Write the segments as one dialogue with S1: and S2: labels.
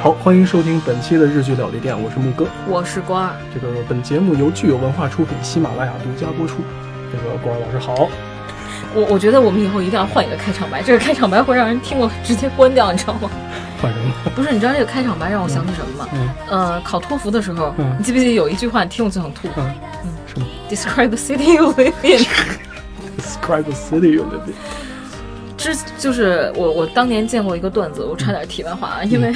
S1: 好，欢迎收听本期的日剧料理店，我是木哥。
S2: 我是关二，
S1: 这个本节目由具有文化出品，喜马拉雅独家播出。这个关老师好，
S2: 我我觉得我们以后一定要换一个开场白，这个开场白会让人听了直接关掉，你知道吗？
S1: 换什么？
S2: 不是，你知道这个开场白让我想起什么吗？
S1: 嗯
S2: 呃，考托福的时候，
S1: 嗯
S2: 你记不记得有一句话你听我就想吐
S1: 嗯，什么
S2: ？Describe the city you live in。
S1: ？Describe the city you live in。
S2: 之就是我我当年见过一个段子，我差点题外话啊，因为、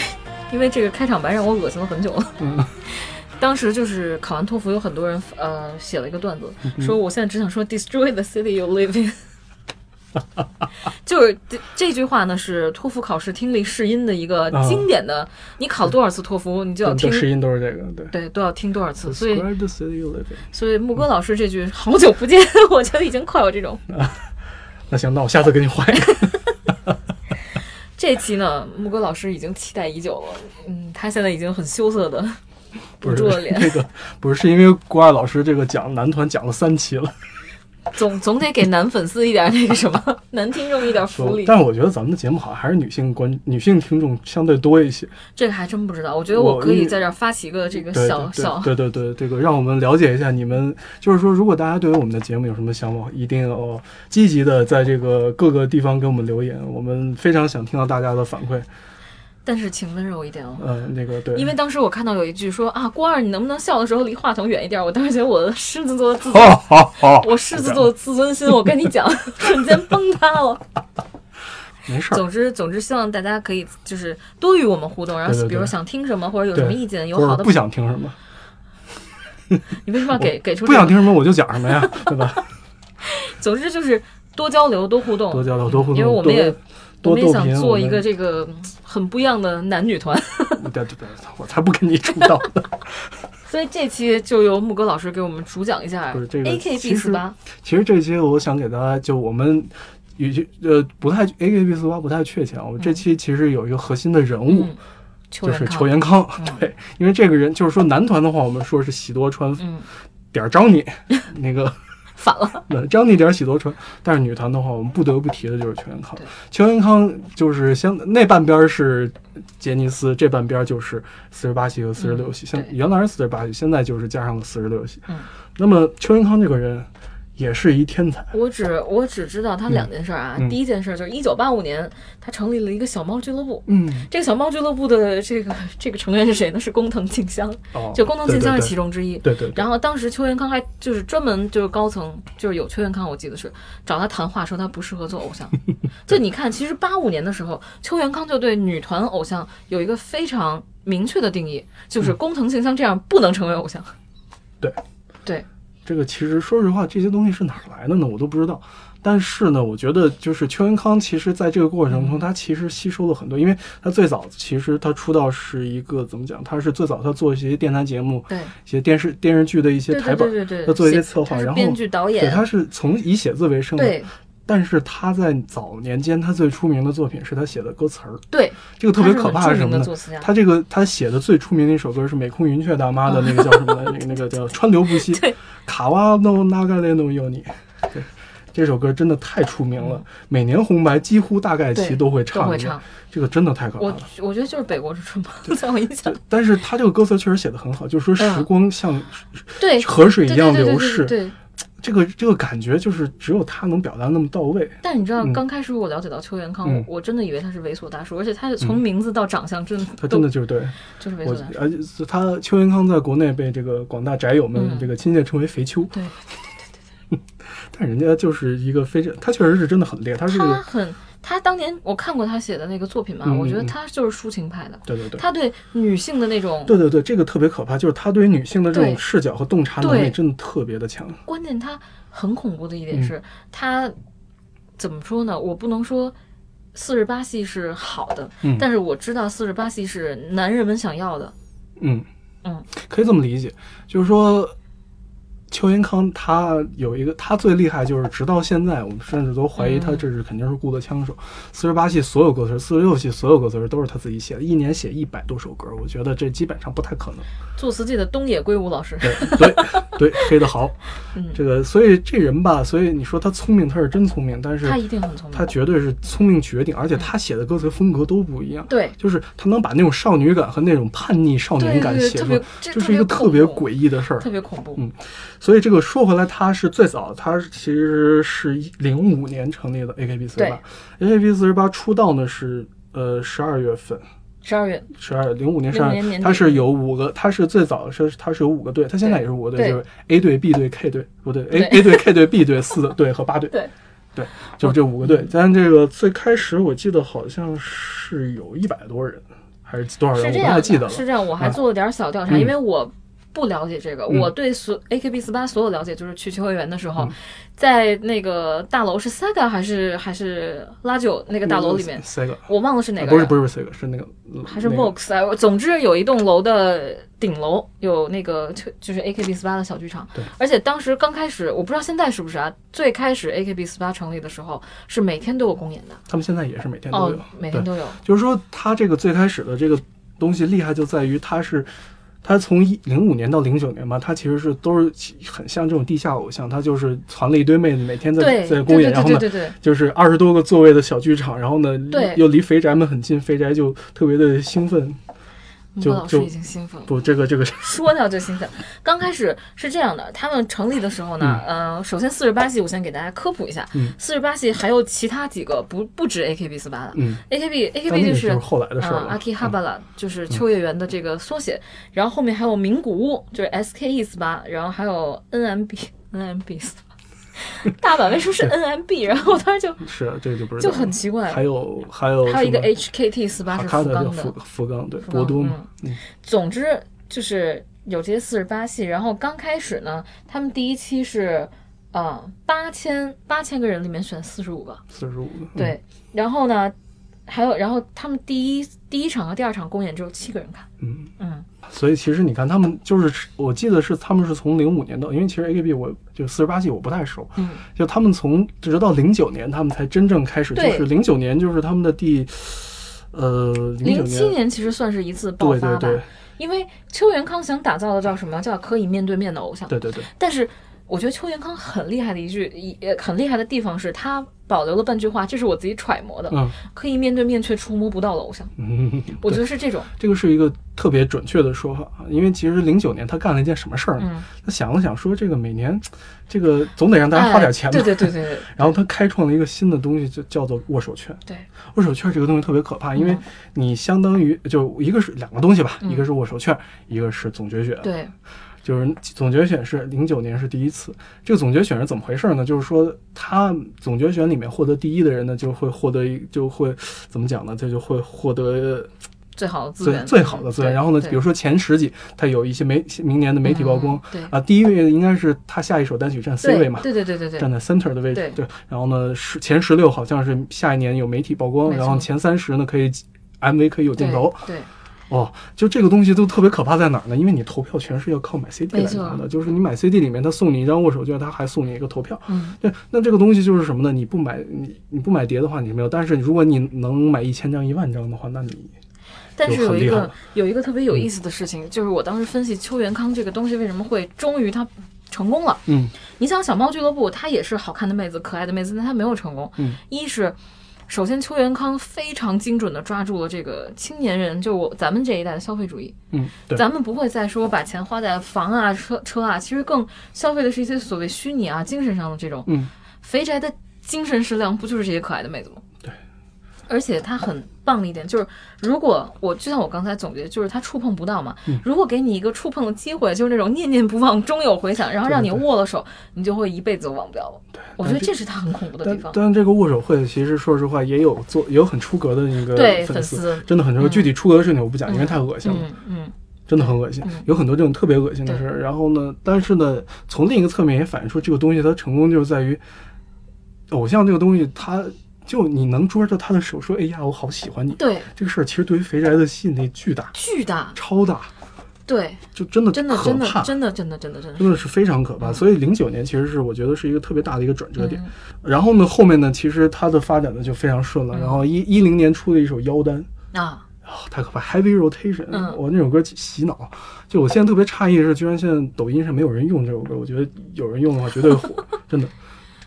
S2: 因为这个开场白让我恶心了很久了。
S1: 嗯
S2: 当时就是考完托福，有很多人呃写了一个段子，
S1: 嗯
S2: 说我现在只想说 destroy the city you live in。就是这这句话呢，是托福考试听力试音的一个
S1: 啊
S2: 经典的。你考多少次托福，你就要
S1: 这
S2: 听
S1: 试音都是这个，对。
S2: 对都要听多少次。所以
S1: Describe the city you live in。
S2: 所以木哥老师这句好久不见， 我觉得已经快有这种。
S1: 那行，那我下次给你换一 个。
S2: 这期呢，木哥老师已经期待已久了，嗯，他现在已经很羞涩的捂
S1: 不是
S2: 住了脸，
S1: 那个，不是，是因为郭二老师这个讲男团讲了三期了，
S2: 总总得给男粉丝一点那个什么， 男听众一点福利。
S1: 但是我觉得咱们的节目好像还是女性观女性听众相对多一些。
S2: 这个还真不知道，我觉得
S1: 我
S2: 我可以在这儿发起一个这个
S1: 对
S2: 小小，
S1: 对对对，这个让我们了解一下你们，就是说，如果大家对于我们的节目有什么想法，一定要积极的在这个各个地方给我们留言，我们非常想听到大家的反馈。
S2: 但是请温柔一点哦。
S1: 呃，那个对，
S2: 因为当时我看到有一句说啊，郭二，你能不能笑的时候离话筒远一点？我当时觉得我的狮子座的自尊，
S1: 好好好，
S2: 我狮子座的自尊心，我跟你 讲，瞬间崩塌了。
S1: 没事儿，
S2: 总之，总之，希望大家可以就是多与我们互动，然
S1: 对对对
S2: 后比如想听什么或者有什么意见，有
S1: 或
S2: 好
S1: 者
S2: 的
S1: 不，想听什么，
S2: 你为什么要给给出
S1: 不
S2: 这
S1: 想
S2: 个？
S1: 听什么我就讲什么呀，对 吧？
S2: 总之就是多交流，多互动，
S1: 多交流，多互动，
S2: 因为我们也我
S1: 多多
S2: 们也
S1: 斗
S2: 想
S1: 贫，
S2: 做
S1: 我
S2: 一
S1: 们
S2: 个这个嗯很不一样的男女团，
S1: 对对对，我才不跟你主导呢。
S2: 所以这期就由木哥老师给我们主讲一下
S1: 不是这个
S2: A K
S1: 其
S2: B
S1: 实
S2: 四八，
S1: 其实这些我想给大家，就我们与其呃不太 A K B 四八不太确切啊，我这期其实有一个核心的人物。
S2: 嗯，邱
S1: 就是
S2: 元
S1: 邱
S2: 康，
S1: 元康，
S2: 嗯
S1: 对，因为这个人就是说男团的话，我们说是喜多川
S2: 嗯，
S1: 点儿张 你，那个
S2: 反了，
S1: 呃张你点儿喜多川，但是女团的话，我们不得不提的就是邱元康
S2: 对。
S1: 邱元康就是相那半边儿是杰尼斯，这半边儿就是四十八系和四十六系，现、
S2: 对
S1: 原来是四十八系，现在就是加上了四十六系。
S2: 嗯
S1: 那么邱元康这个人也是一天才，
S2: 我只我只知道他两件事儿啊
S1: 嗯，
S2: 第一件事就是一九八五年他成立了一个小猫俱乐部。
S1: 嗯，
S2: 这个小猫俱乐部的这个这个成员是谁呢？是工藤静香，
S1: 哦，
S2: 就工藤静香是其
S1: 中，
S2: 中之一。
S1: 对对对，
S2: 然后当时邱元康还就是专门就是高层就是有邱元康，我记得是找他谈话，说他不适合做偶 像。就你看，其实八五年的时候，邱元康就对女团偶像有一个非常明确的定义，
S1: 嗯
S2: 就是工藤静香这样不能成为偶像。
S1: 对
S2: 对，
S1: 这个其实说实话，这些东西是哪儿来的呢？我都不知道。但是呢，我觉得就是邱元康，其实在这个过程
S2: 嗯
S1: 中，他其实吸收了很多，因为他最早其实他出道是一个怎么讲？他是最早他做一些电台节目、
S2: 对
S1: 一些电视电视剧的一些
S2: 对
S1: 台
S2: 对
S1: 本，
S2: 对对
S1: 他
S2: 对，
S1: 做一些
S2: 写
S1: 策划，
S2: 他是
S1: 然后
S2: 编剧导
S1: 对，
S2: 演
S1: 他是从以写字为生的。
S2: 对
S1: 但是他在早年间，他最出名的作品是他写的歌词儿，
S2: 对，
S1: 这个特
S2: 他
S1: 别
S2: 是
S1: 可
S2: 很
S1: 怕
S2: 著
S1: 是什
S2: 名
S1: 么
S2: 的
S1: 呢？
S2: 作词家。
S1: 他这个他写的最出名的一首歌是《美空云雀大妈》的那个叫什么来？那个那个叫《川流不 息》。卡哇诺那嘎雷诺有你。对，这首歌真的太出名了，每年红白几乎大概齐
S2: 嗯对
S1: 都会
S2: 都
S1: 唱
S2: 会
S1: 一遍
S2: 唱。，
S1: 这个真的太可怕
S2: 我
S1: 了。
S2: 我觉得就是北国之春吧，在我印象
S1: 对，但是他这个歌词确实写的很好，就是说时
S2: 嗯
S1: 光像
S2: 对
S1: 河水一
S2: 对
S1: 样
S2: 对对
S1: 流
S2: 对
S1: 逝，
S2: 对，
S1: 这个这个感觉就是只有他能表达那么到位。
S2: 但你知道
S1: 嗯，
S2: 刚开始我了解到邱元康，
S1: 嗯
S2: 我我真的以为他是猥琐大叔，而且他是从名字到长相，真的
S1: 他
S2: 都
S1: 真的就是对
S2: 就是猥
S1: 我
S2: 琐大叔。，
S1: 而且他邱元康在国内被这个广大宅友们
S2: 嗯
S1: 这个亲切称为“肥秋”。
S2: 对，
S1: 但人家就是一个非常，他确实是真的很烈，他是
S2: 他
S1: 个
S2: 很，他当年我看过他写的那个作品嘛，
S1: 嗯嗯
S2: 我觉得他就是抒情派的，
S1: 对对对。
S2: 他对女性的那种，
S1: 对对对，这个特别可怕，就是他对于女性的这种
S2: 对
S1: 视角和洞察能力
S2: 对
S1: 真的特别的强。
S2: 关键他很恐怖的一
S1: 嗯
S2: 点是，他怎么说呢？我不能说。四十八系是好的，
S1: 嗯
S2: 但是我知道四十八系是男人们想要的。
S1: 嗯
S2: 嗯，
S1: 可以这么理解，就是说，邱元康他有一个，他最厉害就是直到现在，我们甚至都怀疑
S2: 嗯
S1: 他这是肯定是雇的枪手。四十八戏所有歌词，四十六戏所有歌词都是他自己写的，一年写一百多首歌，我觉得这基本上不太可能。
S2: 作词界的东野圭吾老师，
S1: 对对对，黑的好
S2: 嗯，
S1: 这个所以这人吧，所以你说他聪明，他是真聪明，但是
S2: 他一定很聪明。
S1: 他绝对是聪明绝顶，而且他写的歌词风格都不一样。
S2: 对
S1: 就是他能把那种少女感和那种叛逆少
S2: 对
S1: 年感
S2: 对对
S1: 写
S2: 特
S1: 出来
S2: 别，这
S1: 就是一个特
S2: 特
S1: 别
S2: 别
S1: 诡异的事儿
S2: 特。别恐怖。
S1: 嗯所以这个说回来，他是最早，他其实是零五年成立的 AKB 四十八，AKB 四十八出道呢是呃十二月份，
S2: 十二月，
S1: 十二零五年十
S2: 05
S1: 二
S2: 年年，底
S1: 它是有五个，它是最早是它是有五个队，它现在也是五个队，
S2: 对
S1: 就是 A 队、B 队、K 队，不对，A
S2: 对
S1: A 队、K 队、B 队、四队和八队，
S2: 对嗯
S1: 对，就这五个队。但这个最开始我记得好像是有一百多人，还是多少人，
S2: 是
S1: 我
S2: 这
S1: 不
S2: 样
S1: 太
S2: 的，
S1: 记得了。
S2: 是这样，我还
S1: 啊
S2: 做了点小调查，
S1: 嗯
S2: 因为我不了解这个，
S1: 嗯
S2: 我对所 AKB 四八所有了解就是去秋叶原的时候，在那个大楼是 Saga 还是还是拉九那个大楼里面，
S1: 嗯，Sega 啊
S2: 我忘了是哪个
S1: 不是
S2: 了
S1: 不是 Sega，是那个
S2: 还是
S1: 那个
S2: Vox 啊，总之有一栋楼的顶楼有那个就就是 AKB 四八的小剧场
S1: 对，
S2: 而且当时刚开始，我不知道现在是不是啊，最开始 AKB 四八成立的时候是每天都有公演的，
S1: 他们现在也是每天都
S2: 哦
S1: 有，，
S2: 每天都有，
S1: 就是说，它这个最开始的这个东西厉害就在于它是，它从一零五年到零九年吧，它其实是都是很像这种地下偶像，它就是攒了一堆妹子，每天在
S2: 对，
S1: 在
S2: 对
S1: 公
S2: 对
S1: 演，然
S2: 对
S1: 后
S2: 对
S1: 呢。
S2: 对对，
S1: 就是二十多个座位的小剧场，然后呢
S2: 对，
S1: 又离肥宅们很近，肥宅就特别的兴奋。就
S2: 莫老师
S1: 就
S2: 已经兴奋了。
S1: 不，这个这个 是
S2: 说到这兴奋，刚开始是这样的，他们成立的时候呢，呃，首先四十八系我先给大家科普一下
S1: 嗯，
S2: 四十八系还有其他几个不不止 AKB 四八的
S1: 嗯，
S2: ，AKB
S1: 但那
S2: AKB
S1: 个
S2: 就是是
S1: 后来的事儿
S2: 啊
S1: 了。嗯
S2: 阿基哈巴拉就是秋叶原的这个缩写，然后后面还有名古屋，就是 SKE 四八，然后还有 NMB NMB 四八，大阪为什么是 NMB？然后我当时就是
S1: 是这个就不是
S2: 就很奇怪，
S1: 还有还有
S2: 还有一个
S1: 什么
S2: HKT 四八
S1: 哈
S2: 是
S1: 卡
S2: 福
S1: 的叫
S2: 冈
S1: 福
S2: 的，
S1: 福冈对
S2: 福冈
S1: 博多嘛
S2: 嗯，总之就是有这些四十八系，然后刚开始呢，他们第一期是呃八千八千个人里面选四十五个，
S1: 四十五
S2: 对，
S1: 嗯
S2: 然后呢还有然后他们第一第一场和第二场公演只有七个人看，
S1: 嗯。
S2: 嗯，
S1: 所以其实你看，他们就是我记得是他们是从零五年到，因为其实 AKB 我就四十八系我不太熟，
S2: 嗯，
S1: 就他们从直到零九年他们才真正开始，就
S2: 对
S1: 是零九年就是他们的第呃
S2: 零
S1: 零
S2: 七
S1: 九
S2: 年其实算是一次爆
S1: 对
S2: 发
S1: 对
S2: 吧，
S1: 对
S2: 因为邱元康想打造的叫什么叫可以面对面的偶像，
S1: 对对对，
S2: 但是我觉得邱元康很厉害的一句一呃很厉害的地方是他保留了半句话，这是我自己揣摩的，
S1: 嗯
S2: 可以面对面却触摸不到的偶像，
S1: 嗯，
S2: 我觉得是这种，
S1: 这个是一个特别准确的说法，啊因为其实零九年他干了一件什么事儿呢？
S2: 嗯，
S1: 他想了想说，这个每年这个总得让大家花点钱吧
S2: 哎，对对对对
S1: 然后他开创了一个新的东西，就叫做握手券。
S2: 对，
S1: 握手券这个东西特别可怕，因为
S2: 嗯
S1: 你相当于就一个是两个东西吧，
S2: 嗯
S1: 一个是握手券，一个是总决选。
S2: 对，对，
S1: 就是总决选是零九年是第一次。这个总决选是怎么回事呢？就是说他总决选里面获得第一的人呢，就会获得一就会怎么讲呢？这就会获得
S2: 最好的资
S1: 最
S2: 源，
S1: 最好的资源。
S2: 对
S1: 然后呢，比如
S2: 对
S1: 说前十几，他有一些媒明年的媒体曝光。
S2: 嗯对
S1: 啊，第一位应该是他下一首单曲占 C 位嘛，
S2: 对对对对对
S1: 站
S2: 对，
S1: 在 center 的位置
S2: 对。
S1: 对，然后呢，十前十六好像是下一年有媒体曝光，
S2: 没错
S1: 然后前三十呢可以 MV 可以有镜头。
S2: 对，
S1: 哦，就这个东西都特别可怕在哪儿呢？因为你投票全是要靠买 CD
S2: 没
S1: 来
S2: 错
S1: 拿的，就是你买 CD 里面他送你一张握手券，他还送你一个投票。
S2: 嗯，
S1: 对，那这个东西就是什么呢？你不买你你不买碟的话你是没有，但是如果你能买一千张一万张的话，那你
S2: 但是有
S1: 很
S2: 一
S1: 厉害嗯
S2: 个
S1: 了
S2: 有一个特别有意思的事情，就是我当时分析邱元康这个东西为什么会终于他成功了。
S1: 嗯
S2: 你想小猫俱乐部，它也是好看的妹子、可爱的妹子，但它没有成功。
S1: 嗯
S2: 一是首先邱元康非常精准的抓住了这个青年人，就我咱们这一代的消费主义，
S1: 嗯，对，
S2: 咱们不会再说把钱花在房啊、车车啊，其实更消费的是一些所谓虚拟啊、精神上的这种。
S1: 嗯，
S2: 肥宅的精神食粮不就是这些可爱的妹子吗？
S1: 对。
S2: 而且它很棒的一点就是，如果我就像我刚才总结，就是它触碰不到嘛。
S1: 嗯
S2: 如果给你一个触碰的机会，就是那种念念不忘，终有回响，然后让你握了手，你就会一辈子都忘不掉了。我觉得这是它很恐怖的地
S1: 但
S2: 方。
S1: 但这个握手会其实说实话也有做也有很出格的那个
S2: 对
S1: 粉
S2: 粉丝
S1: 真的很出格。
S2: 嗯
S1: 具体出格的事情我不讲，因为
S2: 嗯
S1: 太恶心了。
S2: 嗯嗯，
S1: 真的很恶心
S2: 嗯，
S1: 有很多这种特别恶心的事儿。然后呢，但是呢，从另一个侧面也反映出这个东西它成功就是在于，偶像这个东西，它就你能捉着他的手说：“哎呀，我好喜欢你。
S2: 对，”
S1: 这个事儿其实对于肥宅的吸引力巨大，
S2: 巨大。
S1: 超大。
S2: 对，
S1: 就真的
S2: 真的
S1: 可
S2: 真的
S1: 怕，
S2: 真的真的真的真的
S1: 真
S2: 是
S1: 的是非常可怕。
S2: 嗯
S1: 所以零九年其实是我觉得是一个特别大的一个转折点。
S2: 嗯
S1: 然后呢，后面呢，其实它的发展呢就非常顺了。
S2: 嗯
S1: 然后一一零年出了一首《妖丹》。
S2: 啊，
S1: 啊太可怕！Heavy Rotation，、
S2: 嗯
S1: 我那首歌洗脑，就我现在特别诧异的是，居然现在抖音上没有人用这首歌。我觉得有人用的话绝对火，真的。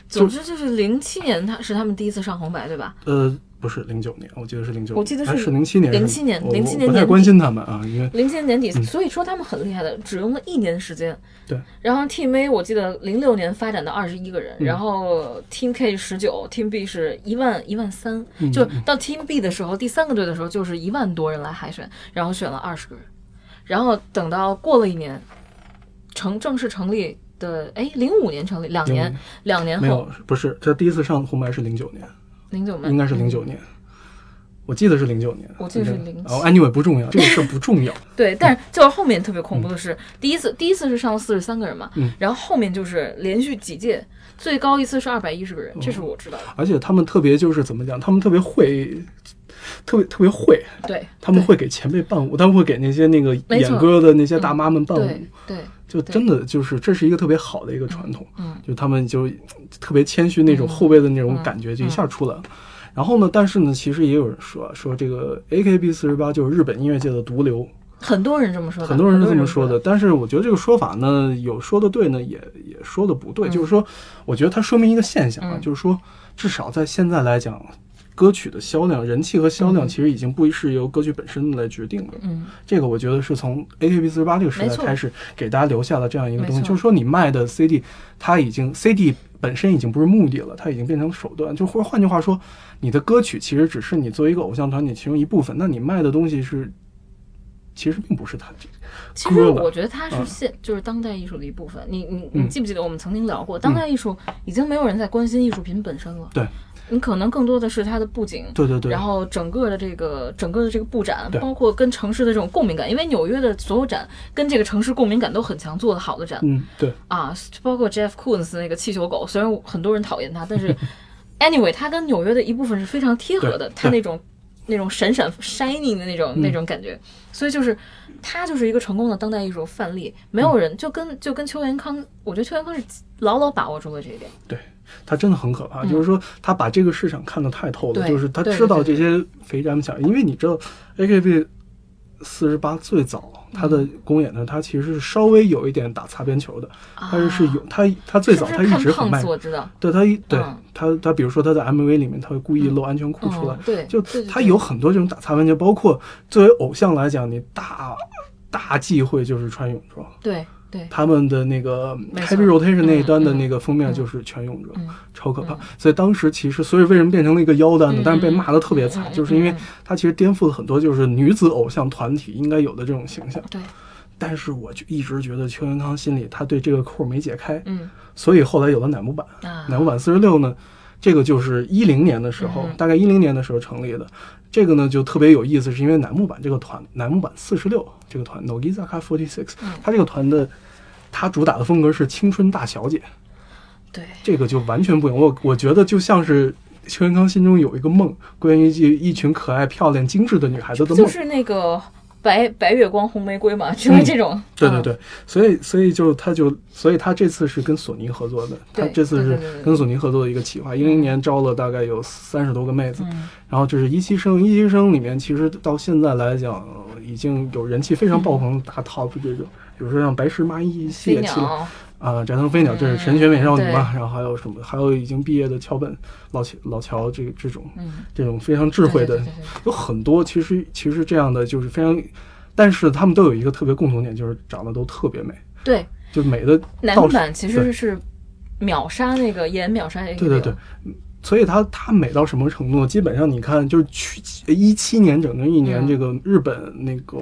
S2: 总之就是零七年他是他们第一次上红白对吧？
S1: 呃，不是零九年，我记得是零九，
S2: 我记得是
S1: 哎是零七年是吗，
S2: 07年
S1: 我我
S2: 07年
S1: 不太
S2: 年
S1: 关
S2: 底
S1: 心他们啊，因为
S2: 零七年年底，所以说他们很厉害的，只用了一年时间。
S1: 对。
S2: 然后 Team A 我记得零六年发展到二十一个人，
S1: 嗯
S2: 然后 Team K 十九，Team B 是一万一万三
S1: 嗯，
S2: 就到 Team B 的时候，第三个队的时候就是一万多人来海选，然后选了二十个人，然后等到过了一年，成正式成立的，哎，零五年成立，两年
S1: 05，
S2: 两年
S1: 没
S2: 后
S1: 有，不是，这第一次上红白是零九年，
S2: 零九年
S1: 应该是零九年。我记得是零九年，
S2: 嗯我记得是
S1: 反正
S2: 07
S1: 哦，anyway 不重要，这个事儿不重要。
S2: 对，
S1: 嗯
S2: 但是就是后面特别恐怖的是，第一次第一次是上了四十三个人嘛，
S1: 嗯
S2: 然后后面就是连续几届，最高一次是二百一十个
S1: 哦
S2: 人，这是我知道的。
S1: 而且他们特别就是怎么讲，他们特别会，特别特别会，
S2: 对，
S1: 他们
S2: 对
S1: 会给前辈伴舞，他们会给那些那个
S2: 没错嗯
S1: 演歌的那些大妈们伴舞
S2: 对，对，
S1: 就真的就是这是一个特别好的一个传统。
S2: 嗯，
S1: 就他们就特别谦虚那种后辈的那种感
S2: 嗯
S1: 觉，就一下出来了。然后呢，但是呢，其实也有人说说这个 A K B 四十八就是日本音乐界的毒瘤，
S2: 很多人这么说的，
S1: 很多人是这么说
S2: 很多人
S1: 的。但是我觉得这个说法呢，有说的对呢，也也说的不对。就是说，我觉得它说明一个现象啊，
S2: 嗯
S1: 就是说，至少在现在来讲，歌曲的销量、人气和销
S2: 嗯
S1: 量其实已经不是由歌曲本身来决定的。
S2: 这么说的，嗯，
S1: 这个我觉得是从 AKB 四十八这个时
S2: 没
S1: 代
S2: 错
S1: 开始给大家留下了这样一个东西，
S2: 没错
S1: 就是说你卖的 CD，它已经 CD 本身已经不是目的了，它已经变成手段。就或换句话说，你的歌曲其实只是你作为一个偶像团体其中一部分，那你卖的东西是其实并不是它这
S2: 其
S1: 歌
S2: 实
S1: 吧
S2: 我觉得它是
S1: 嗯
S2: 现、就是当代艺术的一部分。你你
S1: 嗯
S2: 你记不记得我们曾经聊过，当代艺术已经没有人在关心艺术品本身了，
S1: 对
S2: 你可能更多的是它的布景，
S1: 对对对
S2: 然，后整个的这个整个的这个布展
S1: 对，
S2: 包括跟城市的这种共鸣感，因为纽约的所有展跟这个城市共鸣感都很强，做的好的展、
S1: 嗯对，
S2: 啊，包括 Jeff Koons 那个气球狗，虽然我很多人讨厌他，但 是 anyway，他跟纽约的一部分是非常贴合
S1: 对，
S2: 的
S1: 嗯
S2: 他
S1: 对
S2: 那种那种闪闪 shining 的那种、那种感觉，所以就是他就是一个成功的当代艺术范例，没有人、就跟就跟邱元康，我觉得邱元康是牢牢把握住了这一点，
S1: 对，他真的很可怕，就是说他把这个市场看得太透了，
S2: 嗯对
S1: 就是他
S2: 对
S1: 知道这
S2: 对
S1: 些肥宅们想，因为你知道 AKB 四十八最早。他
S2: 嗯
S1: 的公演呢，他其实是稍微有一点打擦边球的，但是是有他他最早
S2: 啊是
S1: 他
S2: 不
S1: 一
S2: 是看
S1: 直很
S2: 胖
S1: 卖
S2: 子，我知道，
S1: 对他一对
S2: 嗯
S1: 他他比如说他在 MV 里面他会故意露安全裤出来
S2: 嗯，对
S1: 就
S2: 对对
S1: 他
S2: 对
S1: 有很多这种打擦边球，包括作为偶像来讲，你大大忌讳就是穿泳装。
S2: 对对。
S1: 他们的那个
S2: 没错
S1: Happy Rotation
S2: 嗯
S1: 那一单的
S2: 嗯
S1: 那个封面就是全泳装，
S2: 嗯
S1: 超可怕。所以当时其实，所以为什么变成了一个腰单呢？
S2: 嗯
S1: 但是被骂的特别惨，
S2: 嗯嗯
S1: 就是因为
S2: 嗯
S1: 它其实颠覆了很多就是女子偶像团体应该有的这种形象。
S2: 对，
S1: 但是我就一直觉得邱元康心里他对这个扣没解开，
S2: 嗯
S1: 所以后来有了乃木坂。
S2: 啊，
S1: 乃木坂四十六呢，这个就是一零年的时候，
S2: 嗯
S1: 大概一零年的时候成立的。这个呢就特别有意思，是因为乃木坂这个团，乃木坂四十六这个团 Nogizaka Forty Six，
S2: 嗯
S1: 它这个团的，它主打的风格是青春大小姐，
S2: 对，
S1: 这个就完全不一样。我我觉得就像是邱元康心中有一个梦，关于一一群可爱、漂亮、精致的女孩子的梦。
S2: 就是那个白白月光红玫瑰嘛，就是这种。
S1: 对对
S2: 嗯，
S1: 对，所以所以就他就所以他这次是跟索尼合作的，他
S2: 对
S1: 这次
S2: 对
S1: 是
S2: 对对对
S1: 跟索尼合作的一个企划，一零年招了大概有三十多个妹子，
S2: 嗯
S1: 然后这是一期生，一期生里面其实到现在来讲呃已经有人气非常爆棚的大 top 这种，比如说像白石麻衣、
S2: 嗯飞
S1: 谢七郎
S2: 鸟，嗯
S1: 啊、翟腾飞鸟，这是神选美少女嘛，然后还有什么，还有已经毕业的桥本老乔老乔这这种
S2: 嗯，
S1: 这种非常智慧的
S2: 对对对对对
S1: 有很多其实其实这样的就是非常，但是他们都有一个特别共同点，就是长得都特别美，
S2: 对，
S1: 就美的
S2: 男
S1: 到
S2: 版其实是秒杀那个演秒杀 A
S1: 对对对，所以她她美到什么程度？基本上你看，就是去一七年整整一年，
S2: 嗯
S1: 这个日本那个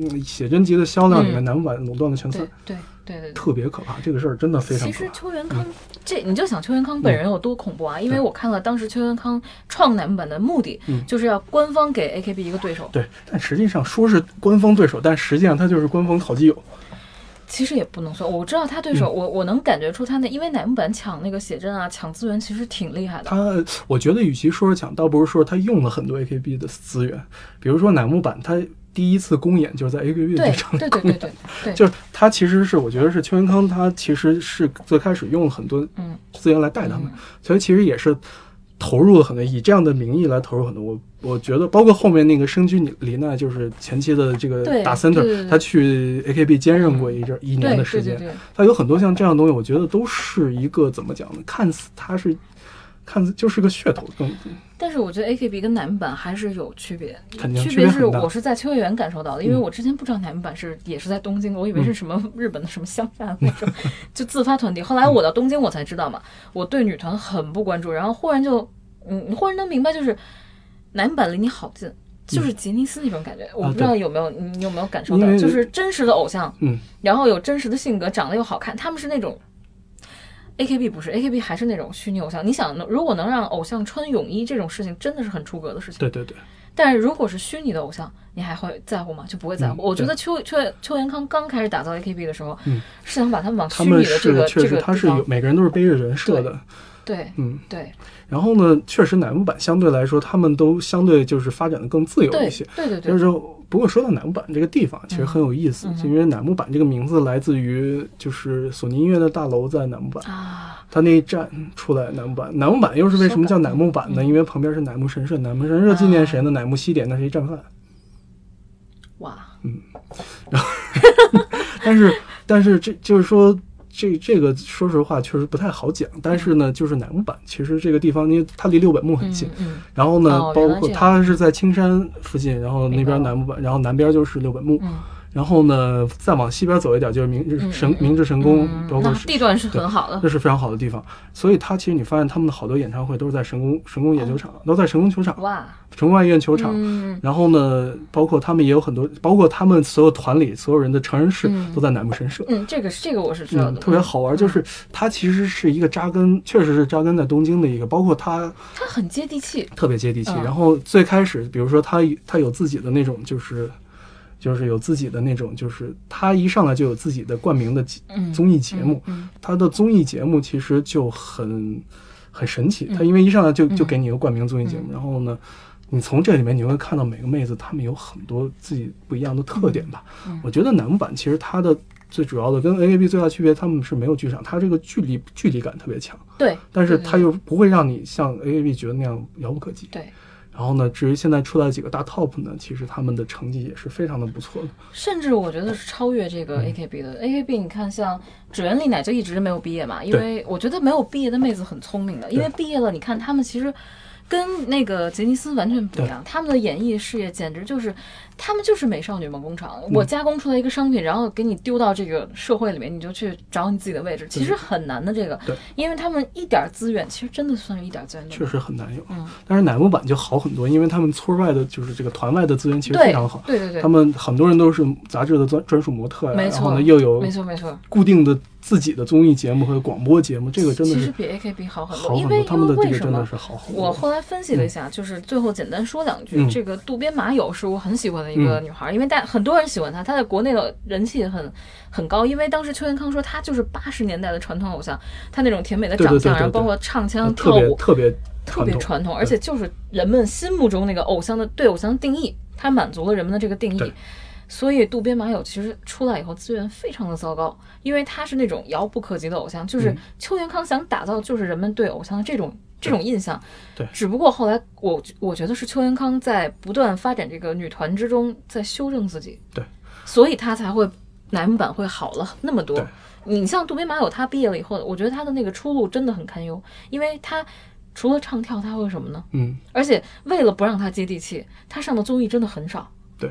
S1: 嗯写真集的销量里面，
S2: 嗯
S1: 男版垄断了前三
S2: 对，对对对对。
S1: 特别可怕。这个事儿真的非常
S2: 其
S1: 可
S2: 实
S1: 怕。嗯
S2: 邱元康这，你就想邱元康本人有多恐怖啊！因为我看了当时邱元康创男版的目的
S1: 嗯，
S2: 就是要官方给 AKB 一个对手。
S1: 对，但实际上说是官方对手，但实际上他就是官方好基友。
S2: 其实也不能算，我知道他对手，
S1: 嗯
S2: 我我能感觉出他那，因为乃木坂抢那个写真啊，抢资源其实挺厉害的。
S1: 他，我觉得与其说是抢，倒不如说他用了很多 AKB 的资源，比如说乃木坂，他第一次公演就是在 AKB
S2: 对
S1: 剧场
S2: 对
S1: 的公
S2: 对对
S1: 演。
S2: 对 对，
S1: 就是他其实是，我觉得是邱元康，他其实是最开始用了很多
S2: 嗯
S1: 资源来带他们，所以其实也是投入了很多，以这样的名义来投入很多。我我觉得，包括后面那个生居李娜，就是前期的这个
S2: 对
S1: 打
S2: 对对
S1: center，
S2: 对嗯
S1: 他去 AKB 兼任过一阵一
S2: 对
S1: 年的时
S2: 对对
S1: 间，
S2: 对，
S1: 他有很多像这样的东西，我觉得都是一个怎么讲呢？看似他是。看似就是个噱头，更
S2: 但是我觉得 AKB 跟男版还是有区别，
S1: 肯定
S2: 区
S1: 区别
S2: 别
S1: 很
S2: 是
S1: 大
S2: 我是在秋叶原感受到的，因为
S1: 嗯
S2: 我之前不知道男版是也是在东京的，我以为是什么日本的什么乡下的那 种，就自发团体。后来
S1: 嗯
S2: 我到东京我才知道嘛，我对女团很不关注，然后忽然就，嗯，你忽然能明白就是男版离你好近。就是杰尼斯那种感觉，
S1: 嗯
S2: 我
S1: 啊
S2: 不知道
S1: 对
S2: 有没有你你有没有感受
S1: 因
S2: 到，
S1: 为
S2: 就是真实的偶像，
S1: 嗯，
S2: 然后有真实的性格，长得又好看，他们是那种 A K B 不是 A K B 还是那种虚拟偶像。你想，如果能让偶像穿泳衣这种事情，真的是很出格的事情。
S1: 对对对，
S2: 但是如果是虚拟的偶像，你还会在乎吗？就不会在乎。
S1: 嗯
S2: 我觉得邱邱邱元康刚开始打造 A K B 的时候，
S1: 嗯
S2: 是想把他们往
S1: 他
S2: 虚
S1: 们
S2: 拟的这
S1: 是
S2: 个
S1: 确
S2: 这
S1: 实
S2: 个
S1: 他
S2: 地
S1: 是有
S2: 方，
S1: 每个人都是背着人设的，
S2: 对
S1: 嗯，
S2: 对
S1: 然后呢，确实乃木坂相对来说，他们都相对就是发展的更自由
S2: 对
S1: 一些。
S2: 对对
S1: 就
S2: 对
S1: 是说，不过说到乃木坂这个地方，其实很有意思，
S2: 嗯嗯
S1: 因为乃木坂这个名字来自于就是索尼音乐的大楼在乃木坂，
S2: 啊，
S1: 它那一站出来乃木坂，乃木坂又是为什么叫乃木坂
S2: 嗯
S1: 呢？因为旁边是乃木神社，乃木神社纪念
S2: 啊
S1: 谁呢？乃木希典，那是一战犯。
S2: 哇，
S1: 但是但是这就是说。这这个说实话确实不太好讲，但是呢，就是乃木坂其实这个地方，因为它离六本木很
S2: 嗯
S1: 近，
S2: 嗯
S1: 然后呢，
S2: 哦
S1: 包
S2: 原来
S1: 括
S2: 这样
S1: 它是在青山附近，然后那
S2: 明白
S1: 边
S2: 了
S1: 南部，然后南边就是六本木，
S2: 嗯
S1: 然后呢再往西边走一点就是明
S2: 嗯
S1: 治神
S2: 嗯
S1: 明治神宫，
S2: 嗯，
S1: 包括
S2: 那
S1: 是
S2: 地段是很好的
S1: 这，是非常好的地方。所以它其实你发现他们的好多演唱会都是在神宫神宫野球场，都在神宫球场、
S2: 哇，
S1: 神宫外苑球场。
S2: 嗯
S1: 然后呢，包括他们也有很多，包括他们所有团里所有人的成人式
S2: 嗯
S1: 都在南部神社。
S2: 嗯，这个是这个我是知道
S1: 嗯，
S2: 的，
S1: 特别好玩，就是它其实是一个扎根，确实是扎根在东京的一个，包括它
S2: 它很接地气，
S1: 特别接地气。
S2: 嗯
S1: 然后最开始，比如说他他有自己的那种，就是就是有自己的那种，就是他一上来就有自己的冠名的节
S2: 嗯，
S1: 综艺节目。
S2: 嗯，
S1: 他的综艺节目其实就很很神奇，
S2: 嗯
S1: 他因为一上来就
S2: 嗯
S1: 就给你一个冠名综艺节目，然后呢。你从这里面你会看到每个妹子她们有很多自己不一样的特点吧？
S2: 嗯嗯
S1: 我觉得男版其实它的最主要的跟 AKB 最大区别，他们是没有剧场，它这个距离距离感特别强，
S2: 嗯对，
S1: 但是
S2: 对
S1: 它又不会让你像 AKB 觉得那样遥不可及。
S2: 对，
S1: 然后呢，至于现在出来几个大 top 呢，其实他们的成绩也是非常的不错的。
S2: 甚至我觉得是超越这
S1: 嗯
S2: 个 AKB 的。AKB 你看，像指原莉乃就一直没有毕业嘛，因为我觉得没有毕业的妹子很聪明的，因为毕业了，你看她们其实。跟那个杰尼斯完全不一样，她们的演艺事业简直就是，她们就是美少女梦工厂。
S1: 嗯
S2: 我加工出来一个商品，然后给你丢到这个社会里面，你就去找你自己的位置，其实很难的。这个
S1: 对，
S2: 因为她们一点资源，其实真的算是一点资源都没有。
S1: 确实很难有。
S2: 嗯
S1: 但是乃木坂就好很多，因为他们村外的就是这个团外的资源其实非
S2: 对
S1: 常好，，
S2: 对对对，
S1: 他们很多人都是杂志的专专属模特呀，
S2: 没
S1: 然后
S2: 错
S1: 呢又有
S2: 没错没错。
S1: 固定的自己的综艺节目和广播节目，这个真的
S2: 其
S1: 是
S2: 实比 AKB 好很
S1: 好
S2: 多，因
S1: 很
S2: 为
S1: 多，他
S2: 因
S1: 们的这
S2: 为
S1: 个
S2: 什
S1: 真的
S2: 么？
S1: 是好很
S2: 我
S1: 多。
S2: 后来分析了一下，就是最后简单说两句。
S1: 嗯
S2: 这个渡边麻友是我很喜欢的一个女孩，因为大很多人喜欢她，她在国内的人气也很很高。因为当时邱元康说她就是八十年代的传统偶像，她那种甜美的
S1: 对
S2: 长
S1: 对
S2: 相，
S1: 对对
S2: 然后
S1: 对
S2: 包括唱
S1: 呃
S2: 腔、
S1: 特
S2: 跳
S1: 别
S2: 舞，
S1: 特别
S2: 特别
S1: 传
S2: 传统，而且就是人们心目中那个偶像的对偶像的定义，它满足了人们的这个定
S1: 对
S2: 义。所以渡边麻友其实出来以后资源非常的糟糕，因为他是那种遥不可及的偶像，就是
S1: 嗯
S2: 邱元康想打造的就是人们对偶像的这种这种印象。
S1: 对
S2: 只不过后来我我觉得是邱元康在不断发展这个女团之中在修正自己，
S1: 对，
S2: 所以他才会男版会好了那么多
S1: 对。
S2: 你像渡边麻友，他毕业了以后，我觉得他的那个出路真的很堪忧，因为他除了唱跳，他会什么呢？
S1: 嗯，
S2: 而且为了不让他接地气，他上的综艺真的很少。
S1: 对，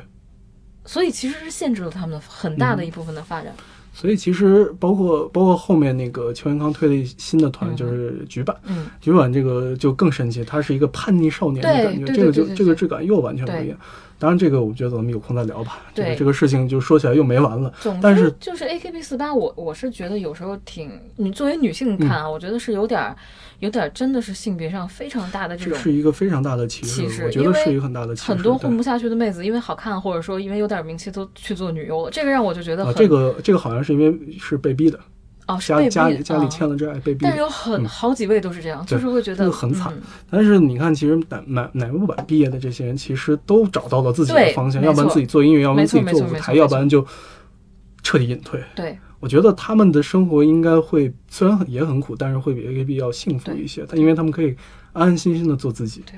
S2: 所以其实是限制了他们的很大的一部分的发展。
S1: 所以其实包括包括后面那个邱元康推的一新的团
S2: 嗯
S1: 就是局版，
S2: 嗯，
S1: 橘晚这个就更神奇，它是一个叛逆少年的
S2: 对
S1: 感觉，
S2: 对
S1: 这个
S2: 对
S1: 就
S2: 对对
S1: 这个
S2: 对
S1: 质感又完全不一样。当然，这个我觉得咱们有空再聊吧。这个
S2: 对
S1: 这个事情就说起来又没完了。
S2: 总
S1: 但
S2: 之
S1: 是
S2: 就是 A K B 四八，我我是觉得有时候挺，你作为女性看啊，我觉得是有点儿，有点儿真的是性别上非常大的这
S1: 这
S2: 种。
S1: 是一个非常大的歧视，
S2: 歧视
S1: 我觉
S2: 因
S1: 得
S2: 为
S1: 是一个很大的歧视。
S2: 很多
S1: 对啊
S2: 混不下去的妹子，因为好看或者说因为有点名气，都去做女优了，这个让我就觉得
S1: 啊，
S2: 很
S1: 这个这个好像是因为是被逼的，
S2: 哦，是
S1: 家
S2: 被
S1: 家
S2: 逼
S1: 里家里
S2: 嗯
S1: 欠了债被逼
S2: 但
S1: 的
S2: 是。有很好几位都是这样，就是会觉
S1: 嗯这
S2: 得
S1: 个很惨
S2: 嗯，
S1: 但是你看，其实乃乃乃木坂毕业的这些人，其实都找到了自己的
S2: 对
S1: 方向，
S2: 没
S1: 要不然
S2: 错
S1: 自己做音乐，要不然
S2: 没
S1: 自
S2: 错
S1: 己做
S2: 没
S1: 舞
S2: 错
S1: 台，
S2: 没错
S1: 要不然就彻底隐退。
S2: 对
S1: 我觉得他们的生活应该会虽然很也很苦，但是会比 AKB 要幸福一些，但因为他们可以安安心心的做自己。
S2: 对，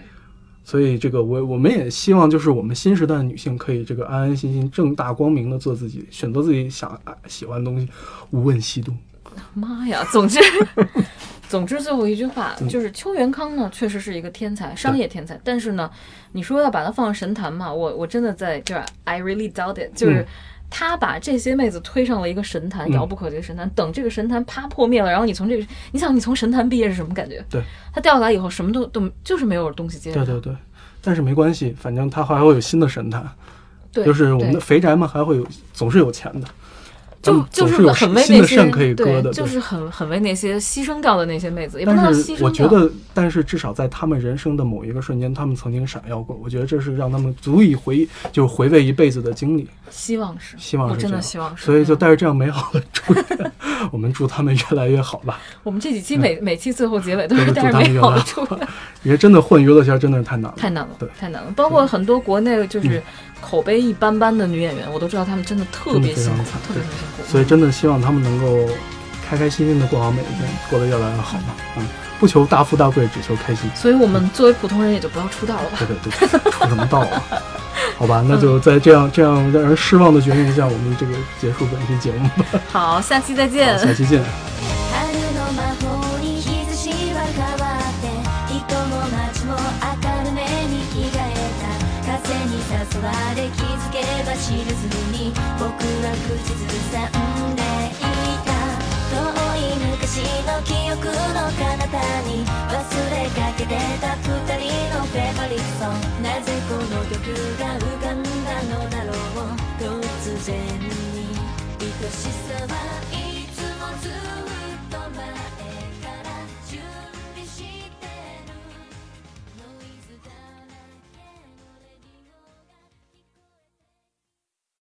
S1: 所以这个我我们也希望，就是我们新时代的女性可以这个安安心心、正大光明的做自己，选择自己想爱喜欢的东西，无问西东。
S2: 妈呀！ 总之，总之最后一句话
S1: 嗯
S2: 就是邱元康呢，确实是一个天才，商业天才。但是呢，你说要把他放上神坛嘛，我我真的在这儿，I really doubt it，就是。他把这些妹子推上了一个神坛，
S1: 嗯
S2: 遥不可及的神坛。等这个神坛啪破灭了，然后你从这个，你想你从神坛毕业是什么感觉？
S1: 对，
S2: 他掉下来以后，什么都都就是没有东西接
S1: 对
S2: 着。
S1: 对对，但是没关系，反正它还会有新的神坛，
S2: 对，
S1: 就是我们的
S2: 对
S1: 肥宅们还会有，总是有钱的，咱
S2: 就
S1: 们
S2: 就
S1: 总是有
S2: 很为
S1: 新
S2: 那
S1: 的
S2: 些
S1: 肾可以割的。
S2: 对，就
S1: 对
S2: 是很很为那些牺牲掉的那些妹子，也不能叫
S1: 但
S2: 牺牲
S1: 是
S2: 掉。
S1: 我觉得，但是至少在他们人生的某一个瞬间，他们曾经闪耀过。我觉得这是让他们足以回忆，就是回味一辈子的经历。
S2: 希望是，
S1: 希望
S2: 我
S1: 是这
S2: 真的
S1: 样
S2: 希望是。
S1: 所以就
S2: 嗯
S1: 带着这样美好的祝愿，我们祝他们越来越好吧。
S2: 我们这几期每每期最后结尾嗯都
S1: 对
S2: 是
S1: 对
S2: 带
S1: 祝
S2: 着
S1: 他们
S2: 美
S1: 越
S2: 好
S1: 来
S2: 的
S1: 越
S2: 祝
S1: 好
S2: 愿，。
S1: 也真的混娱乐圈真的是太难了。
S2: 太难了
S1: 对，
S2: 太难了。包括很多国内就是口碑一般般的女演员，我都知道她们真的特别辛
S1: 真
S2: 苦
S1: 的非常惨，
S2: 特别特别辛苦。
S1: 所以真的希望他们能够开开心心的过好每一天，过得越来越好吧。嗯，不求大富大贵，只求开心。
S2: 所以我们作为普通人也就不要出道了吧。
S1: 对对对，出什么道啊？好吧，那就在这样这样让人失望的决定下，我们这个结束本期节目吧。
S2: 好，下期再见。
S1: 下期见。
S3: 春の魔法に日差しは変わって人も街も明るめに着替えた風に誘われ気づけば知らずに僕は口ずさんでいた遠い昔の記憶の彼方に忘れかけてた二人のフェバリットソングなぜこの曲が浮かんだのだろう突然に愛しさは